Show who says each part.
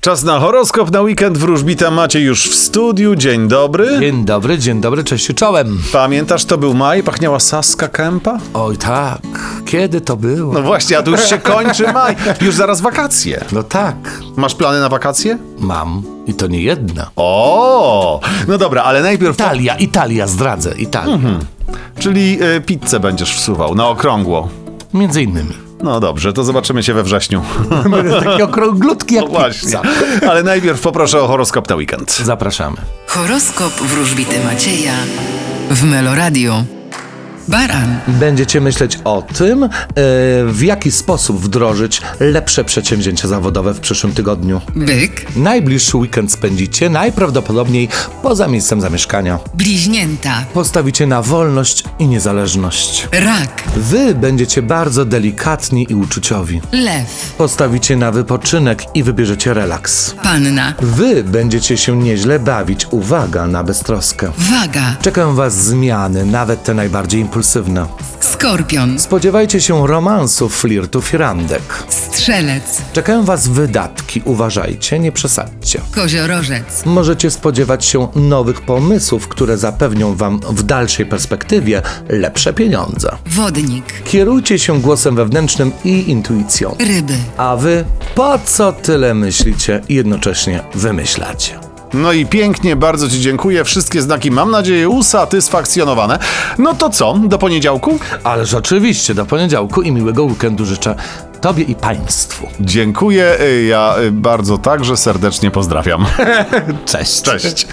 Speaker 1: Czas na horoskop na weekend. Wróżbita macie już w studiu. Dzień dobry.
Speaker 2: Dzień dobry, dzień dobry, cześć czołem.
Speaker 1: Pamiętasz, to był maj, pachniała Saska Kępa?
Speaker 2: Oj tak, kiedy to było?
Speaker 1: No
Speaker 2: No,
Speaker 1: właśnie, a tu już się kończy maj. Już zaraz wakacje.
Speaker 2: tak,
Speaker 1: Masz plany na wakacje?
Speaker 2: mam i to nie jedna.
Speaker 1: O, no dobra, ale najpierw.
Speaker 2: Italia, Italia, zdradzę, Italia.
Speaker 1: Czyli y, pizzę będziesz wsuwał na okrągło.
Speaker 2: Między innymi.
Speaker 1: No dobrze, to zobaczymy się we wrześniu.
Speaker 2: Takie okrąglutki jak
Speaker 1: No właśnie.
Speaker 2: pizza.
Speaker 1: Ale najpierw poproszę o horoskop na weekend.
Speaker 2: Zapraszamy.
Speaker 3: Horoskop wróżbity Macieja w Meloradio. Baran,
Speaker 2: Będziecie myśleć o tym, e, w jaki sposób wdrożyć lepsze przedsięwzięcia zawodowe w przyszłym tygodniu.
Speaker 3: byk,
Speaker 2: Najbliższy weekend spędzicie najprawdopodobniej poza miejscem zamieszkania.
Speaker 3: bliźnięta,
Speaker 2: Postawicie na wolność i niezależność.
Speaker 3: rak,
Speaker 2: Wy będziecie bardzo delikatni i uczuciowi.
Speaker 3: lew,
Speaker 2: Postawicie na wypoczynek i wybierzecie relaks.
Speaker 3: panna,
Speaker 2: Wy będziecie się nieźle bawić, uwaga na beztroskę.
Speaker 3: waga,
Speaker 2: Czekają Was zmiany, nawet te najbardziej impulsywne.
Speaker 3: skorpion,
Speaker 2: Spodziewajcie się romansów, flirtów i randek.
Speaker 3: strzelec,
Speaker 2: Czekają Was wydatki, uważajcie, nie przesadźcie.
Speaker 3: koziorożec,
Speaker 2: Możecie spodziewać się nowych pomysłów, które zapewnią Wam w dalszej perspektywie lepsze pieniądze.
Speaker 3: wodnik,
Speaker 2: Kierujcie się głosem wewnętrznym i intuicją.
Speaker 3: ryby.
Speaker 2: A wy po co tyle myślicie i jednocześnie wymyślacie?
Speaker 1: No i pięknie, bardzo Ci dziękuję. Wszystkie znaki, mam nadzieję, usatysfakcjonowane. No to co, do poniedziałku?
Speaker 2: Ależ oczywiście, do poniedziałku i miłego weekendu życzę Tobie i Państwu.
Speaker 1: Dziękuję, y, ja y, bardzo także serdecznie pozdrawiam.
Speaker 2: Cześć.
Speaker 1: Cześć.